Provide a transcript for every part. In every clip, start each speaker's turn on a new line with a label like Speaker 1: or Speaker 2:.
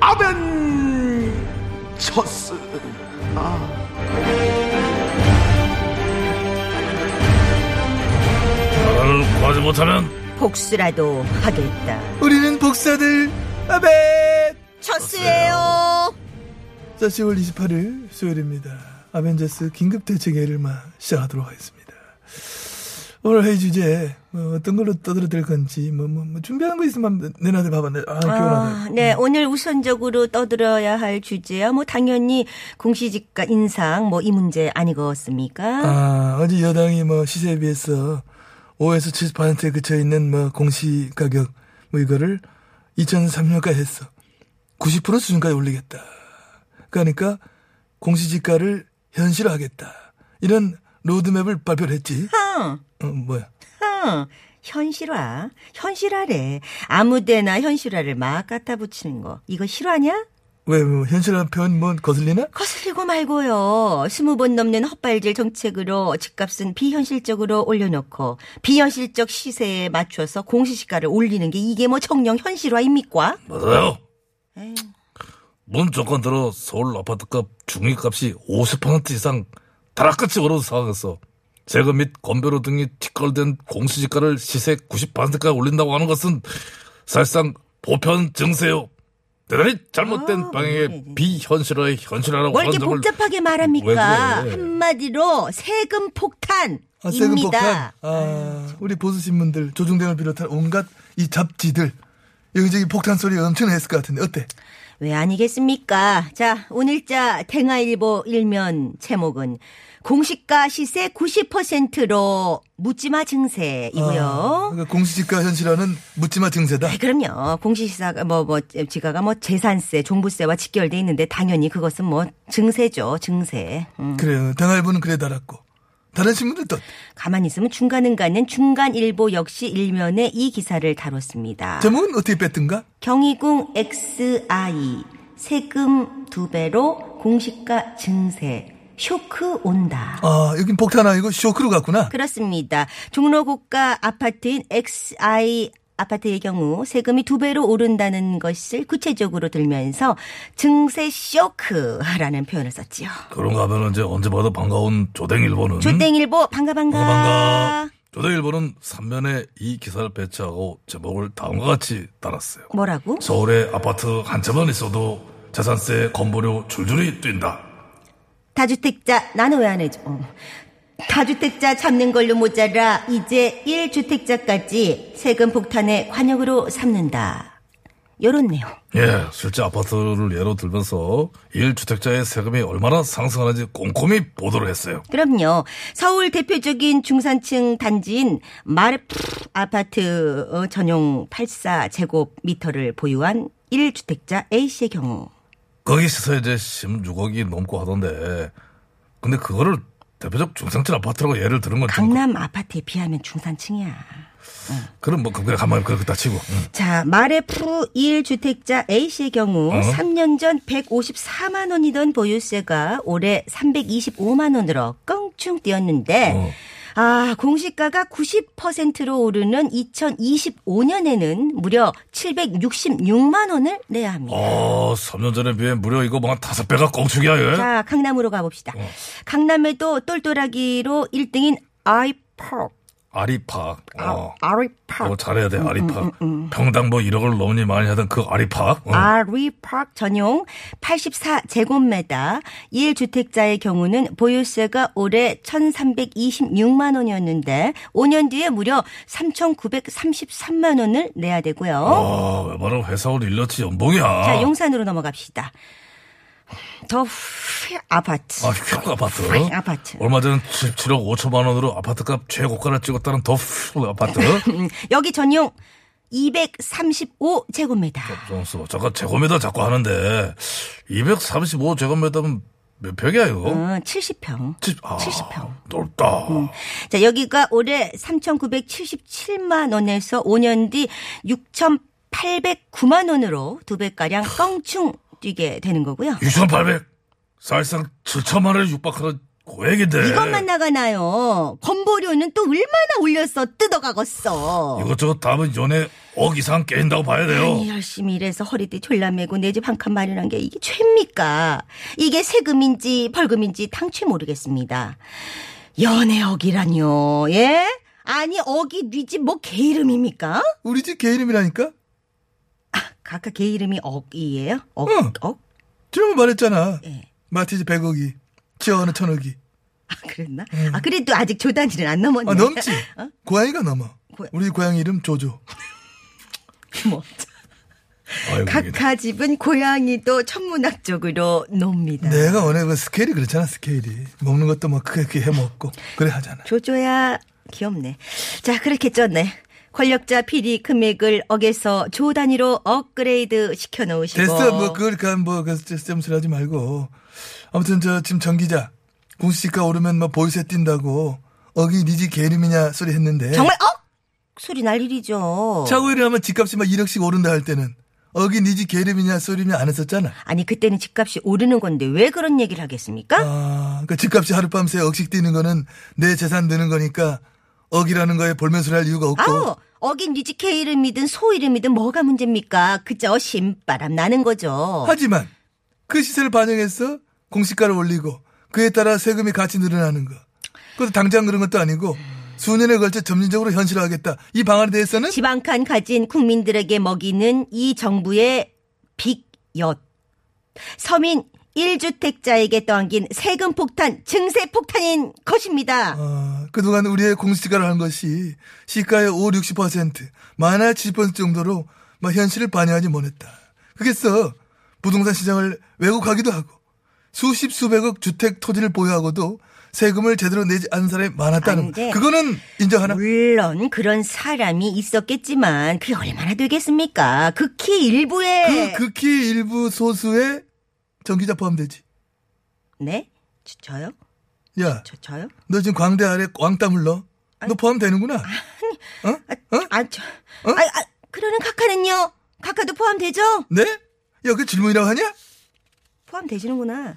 Speaker 1: 아벤처스.
Speaker 2: 나라를 구하지 못하면
Speaker 3: 복수라도 하겠다.
Speaker 4: 우리는 복사들 아벤
Speaker 3: 첫수예요.
Speaker 4: 자 10월 28일 수요일입니다 아벤져스 긴급대책회의를만 시작하도록 하겠습니다 오늘 회의 주제 뭐 어떤 걸로 떠들어 될 건지 뭐, 뭐, 뭐 준비하는 거 있으면 내놔들 봐봤네 아
Speaker 3: 아,
Speaker 4: 피곤하네
Speaker 3: 네, 오늘 우선적으로 떠들어야 할 주제야. 뭐 당연히 공시지가 인상 뭐 이 문제 아니겠습니까?
Speaker 4: 아 어제 여당이 뭐 시세에 비해서 5에서 70%에 그쳐 있는 뭐 공시가격 뭐 이거를 2003년까지 했어 90% 수준까지 올리겠다 그러니까 공시지가를 현실화하겠다 이런 로드맵을 발표를 했지
Speaker 3: 흥,
Speaker 4: 어, 뭐야
Speaker 3: 흥. 현실화, 현실화래. 아무데나 현실화를 막 갖다 붙이는 거. 이거 실화냐?
Speaker 4: 왜, 뭐, 현실화 표현 뭐 거슬리나?
Speaker 3: 거슬리고 말고요. 스무 번 넘는 헛발질 정책으로 집값은 비현실적으로 올려놓고 비현실적 시세에 맞춰서 공시시가를 올리는 게 이게 뭐 정령 현실화입니까?
Speaker 2: 맞아요.
Speaker 3: 에이,
Speaker 2: 문 조건대로 서울 아파트값 중위값이 50% 이상 다락같이 오른 상황에서 세금 및 건배료 등이 직결된 공시지가를 시세 90%까지 올린다고 하는 것은 사실상 보편 증세요. 대단히 잘못된
Speaker 3: 아,
Speaker 2: 방향의
Speaker 3: 네, 네.
Speaker 2: 비현실화의 현실화라고
Speaker 3: 뭘
Speaker 2: 하는
Speaker 4: 아,
Speaker 3: 이렇게
Speaker 2: 점을
Speaker 3: 복잡하게 말합니까?
Speaker 2: 왜 그래?
Speaker 3: 한마디로 세금 폭탄입니다.
Speaker 4: 아, 세금 폭탄. 아, 우리 보수신문들, 조중동을 비롯한 온갖 이 잡지들. 여기저기 폭탄 소리 엄청 했을 것 같은데, 어때?
Speaker 3: 왜 아니겠습니까? 자, 오늘자 대nga일보 일면 제목은 공시가 시세 90%로 묻지마 증세이고요.
Speaker 4: 아, 그러니까 공시지가 현실화는 묻지마 증세다.
Speaker 3: 아, 그럼요. 공시시사가 뭐, 뭐, 지가가 뭐 재산세, 종부세와 직결돼 있는데 당연히 그것은 뭐 증세죠. 증세. 음.
Speaker 4: 그래요. 당할부는 그래 달았고. 다른 신문들 또.
Speaker 3: 가만히 있으면 중간은가는 중간일보 역시 일면에 이 기사를 다뤘습니다.
Speaker 4: 제목은 어떻게 뺐던가?
Speaker 3: 경희궁 XI 세금 두 배로 공시가 증세 쇼크 온다.
Speaker 4: 아, 여긴 폭탄 아니고 쇼크로 갔구나.
Speaker 3: 그렇습니다. 종로 고가 아파트인 XI 아파트의 경우 세금이 두 배로 오른다는 것을 구체적으로 들면서 증세 쇼크라는 표현을 썼지요.
Speaker 2: 그런가 하면 이제 언제 봐도 반가운 조댕일보는
Speaker 3: 조땡일보 반가 반가.
Speaker 2: 반가 조댕일보는 3면에 이 기사를 배치하고 제목을 다음과 같이 달았어요.
Speaker 3: 뭐라고?
Speaker 2: 서울의 아파트 한 채만 있어도 재산세, 건보료 줄줄이 뛴다.
Speaker 3: 다주택자 나는 왜 안 해줘? 어. 다주택자 잡는 걸로 모자라 이제 1주택자까지 세금 폭탄의 관역으로 삼는다. 요런 내용.
Speaker 2: 예, 실제 아파트를 예로 들면서 1주택자의 세금이 얼마나 상승하는지 꼼꼼히 보도를 했어요.
Speaker 3: 그럼요. 서울 대표적인 중산층 단지인 마르프 아파트 어, 전용 84제곱미터를 보유한 1주택자 A씨의 경우.
Speaker 2: 거기 시세 이제 16억이 넘고 하던데, 근데 그거를 대표적 중상층 아파트라고 예를 들은 건 좀,
Speaker 3: 강남 아파트에 비하면 중산층이야.
Speaker 2: 그럼 뭐, 그냥 가만히 그렇게 다 치고. 음. 응.
Speaker 3: 자, 마레프 1주택자 A씨의 경우
Speaker 2: 어?
Speaker 3: 3년 전 154만 원이던 보유세가 올해 325만 원으로 껑충 뛰었는데
Speaker 2: 어.
Speaker 3: 아, 공시가가 90%로 오르는 2025년에는 무려 766만 원을 내야 합니다.
Speaker 2: 아, 3년 전에 비해 무려 이거 뭐한 5배가 꽁충이야, 얘.
Speaker 3: 자, 강남으로 가봅시다.
Speaker 2: 어.
Speaker 3: 강남에도 똘똘하기로 1등인 아이팍.
Speaker 2: 아리파. 어.
Speaker 3: 아리팍. 음,
Speaker 2: 그거 잘해야 돼, 아리파. 평당 뭐 1억을 넘니 많이 하던 그 아리파. 어.
Speaker 3: 아리팍 전용 84제곱미터 1주택자의 경우는 보유세가 올해 1326만 원이었는데 5년 뒤에 무려 3933만 원을 내야 되고요.
Speaker 2: 아, 웬만하면 회사원 일러치 연봉이야.
Speaker 3: 자, 용산으로 넘어갑시다. 더 후- 아파트. 네,
Speaker 2: 아, 휴가 아파트.
Speaker 3: 아이, 아파트.
Speaker 2: 얼마 전 17억 5천만 원으로 아파트값 최고가를 찍었다는 더 휴가 아파트.
Speaker 3: 음, 여기 전용 235제곱미터.
Speaker 2: 정수 잠깐 제곱미터 뭐 자꾸 하는데 235제곱미터면 몇 평이야 이거?
Speaker 3: 어, 70평.
Speaker 2: 칠- 아,
Speaker 3: 70평. 음.
Speaker 2: 넓다.
Speaker 3: 자, 여기가 올해 3,977만 원에서 5년 뒤 6,809만 원으로 두 배가량 껑충 뛰게 되는 거고요.
Speaker 2: 6,800 사실상 7천만 원에 육박하는 고액인데
Speaker 3: 이것만 나가나요. 건보료는 또 얼마나 올렸어. 뜯어가겠어.
Speaker 2: 이것저것 다음은 연애 억 이상 깨인다고 봐야 돼요.
Speaker 3: 아니, 열심히 일해서 허리띠 졸라매고 내 집 한 칸 마련한 게 이게 죄입니까? 이게 세금인지 벌금인지 당최 모르겠습니다. 연애억이라뇨, 예? 아니, 억이 뉘집뭐 개 이름입니까?
Speaker 4: 우리 집 개 이름이라니까?
Speaker 3: 아까 개 이름이 억이에요? 억,
Speaker 4: 응.
Speaker 3: 억?
Speaker 4: 지난번 말했잖아.
Speaker 3: 예.
Speaker 4: 마티즈 100억이, 지어는 1000억이.
Speaker 3: 아, 그랬나? 아, 그래도 아직 조단지는 안 넘었네.
Speaker 4: 아, 넘지?
Speaker 3: 어?
Speaker 4: 고양이가 넘어.
Speaker 3: 고- 아.
Speaker 4: 우리 고양이 이름 조조.
Speaker 3: 뭐.
Speaker 2: 아이고, 이게
Speaker 3: 각하 집은 고양이도 천문학적으로 놉니다.
Speaker 4: 내가 원해 그 스케일이 그렇잖아 스케일이 먹는 것도 막 크게 크게 해 먹고 그래 하잖아.
Speaker 3: 조조야 귀엽네. 자 그렇게 쪘네. 권력자 비리 금액을 억에서 조 단위로 업그레이드 시켜놓으시고.
Speaker 4: 됐어 뭐 그걸 간뭐그점 수하지 말고 아무튼 저 지금 정 기자 공시지가 오르면 막 보이세 뛴다고 어기 니지 개 이름이냐 소리 했는데
Speaker 3: 정말 억 소리 날 일이죠.
Speaker 4: 차고일을 하면 집값이 막 1억씩 오른다 할 때는 어기 니지 개 이름이냐 소리냐 안 했었잖아.
Speaker 3: 아니 그때는 집값이 오르는 건데 왜 그런 얘기를 하겠습니까?
Speaker 4: 아, 그 집값이 하룻밤 새 억씩 뛰는 거는 내 재산 드는 거니까 억이라는 거에 볼면소리 할 이유가 없고
Speaker 3: 아우 억인 니지케 이름이든 소 이름이든 뭐가 문제입니까? 그저 신바람 나는 거죠.
Speaker 4: 하지만 그 시세를 반영해서 공시가를 올리고 그에 따라 세금이 같이 늘어나는 거. 그것도 당장 그런 것도 아니고 수년에 걸쳐 점진적으로 현실화하겠다. 이 방안에 대해서는
Speaker 3: 집 한 칸 가진 국민들에게 먹이는 이 정부의 빅엿. 서민 1주택자에게 떠안긴 세금 폭탄, 증세 폭탄인 것입니다.
Speaker 4: 어, 그동안 우리의 공시가를 한 것이 시가의 5, 60% 많아야 70% 정도로 막 현실을 반영하지 못했다. 그래서 부동산 시장을 왜곡하기도 하고 수십 수백억 주택 토지를 보유하고도 세금을 제대로 내지 않은 사람이 많았다는
Speaker 3: 아니,
Speaker 4: 거.
Speaker 3: 이제
Speaker 4: 그거는 인정하나?
Speaker 3: 물론 그런 사람이 있었겠지만 그게 얼마나 되겠습니까? 극히 일부의
Speaker 4: 그 극히 일부 소수의 전기자 포함되지.
Speaker 3: 네? 저, 저요?
Speaker 4: 야,
Speaker 3: 저, 저요?
Speaker 4: 너 지금 광대 아래 왕따 물러. 너 포함되는구나.
Speaker 3: 아, 아, 저, 아, 아, 그러는 카카는요? 카카도 포함되죠?
Speaker 4: 네? 야, 그 질문이라고 하냐?
Speaker 3: 포함되시는구나.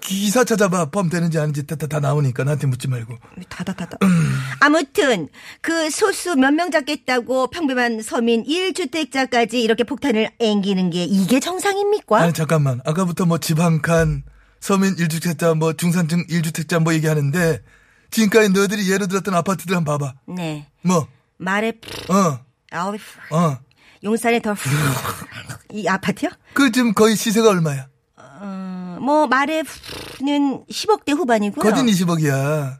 Speaker 4: 기사 찾아봐. 포함되는지 아닌지 다, 다, 다 나오니까 나한테 묻지 말고.
Speaker 3: 다다다다. 음. 아무튼 그 소수 몇 명 잡겠다고 평범한 서민 1주택자까지 이렇게 폭탄을 앵기는 게 이게 정상입니까?
Speaker 4: 아니, 잠깐만. 아까부터 뭐 집 한 칸, 서민 1주택자, 뭐 중산층 1주택자 뭐 얘기하는데, 지금까지 너희들이 예로 들었던 아파트들 한번 봐봐.
Speaker 3: 네.
Speaker 4: 뭐,
Speaker 3: 말에 푹,
Speaker 4: 어,
Speaker 3: 아우
Speaker 4: 어.
Speaker 3: 용산에 더이 아파트요?
Speaker 4: 그 지금 거의 시세가 얼마야?
Speaker 3: 어, 뭐 말에 푹는 10억대 후반이고요.
Speaker 4: 거진 20억이야.
Speaker 3: 어,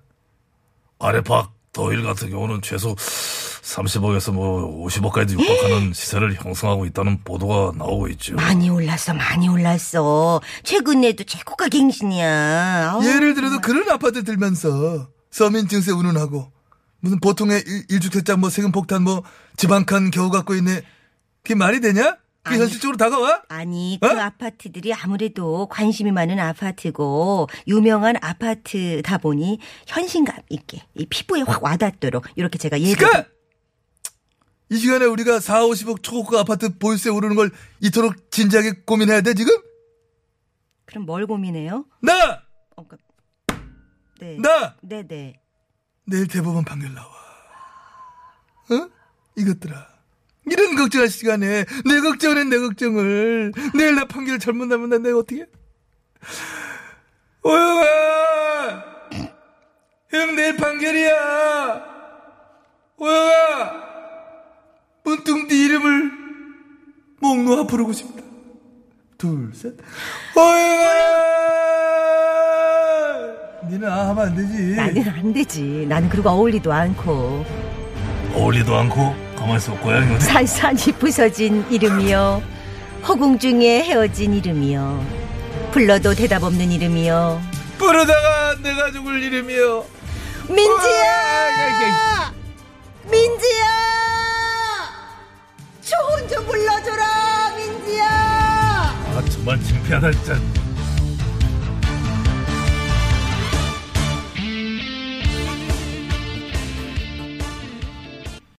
Speaker 2: 아래팍 더일 같은 경우는 최소 30억에서 뭐 50억까지 육박하는
Speaker 3: 네.
Speaker 2: 시세를 형성하고 있다는 보도가 나오고 있죠.
Speaker 3: 많이 올랐어, 많이 올랐어. 최근에도 최고가 갱신이야. 아우,
Speaker 4: 예를 들어서 그런 아파트 들면서 서민 증세 운운하고 무슨 보통의 일- 일주택자 뭐 세금 폭탄 뭐 지방칸 겨우 갖고 있네 그게 말이 되냐? 그게
Speaker 3: 아니.
Speaker 4: 현실적으로 다가와?
Speaker 3: 아니 그
Speaker 4: 어?
Speaker 3: 아파트들이 아무래도 관심이 많은 아파트고 유명한 아파트다 보니 현신감 있게 이 피부에 확 와닿도록 이렇게 제가 예를
Speaker 4: 그러니까 이 시간에 우리가 4, 50억 초고가 아파트 보유세 오르는 걸 이토록 진지하게 고민해야 돼 지금?
Speaker 3: 그럼 뭘 고민해요?
Speaker 4: 나!
Speaker 3: 어, 그- 네.
Speaker 4: 나!
Speaker 3: 네네.
Speaker 4: 내일 대법원 판결 나와 어? 이것들아 이런 걱정할 시간에 내 걱정은 내 걱정을 내일 나 판결 잘못 나면 나 내가 어떻게 오영아 형 내일 판결이야 오영아 문득 네 이름을 목 놓아 부르고 싶다 둘셋 오영아 니는 아 하면 안 되지
Speaker 3: 나는 안 되지. 나는 그리고 어울리도 않고
Speaker 2: 어울리도 않고 가만히 있어 고양이 어디?
Speaker 3: 산산이 부서진 이름이요. 허공 중에 헤어진 이름이요. 불러도 대답 없는 이름이요.
Speaker 4: 부르다가 내가 죽을 이름이요. 아,
Speaker 3: 민지야!
Speaker 4: 야, 야, 야.
Speaker 3: 민지야!
Speaker 5: 좀 불러줘라 민지야
Speaker 3: 아 정말 창피하다 진짜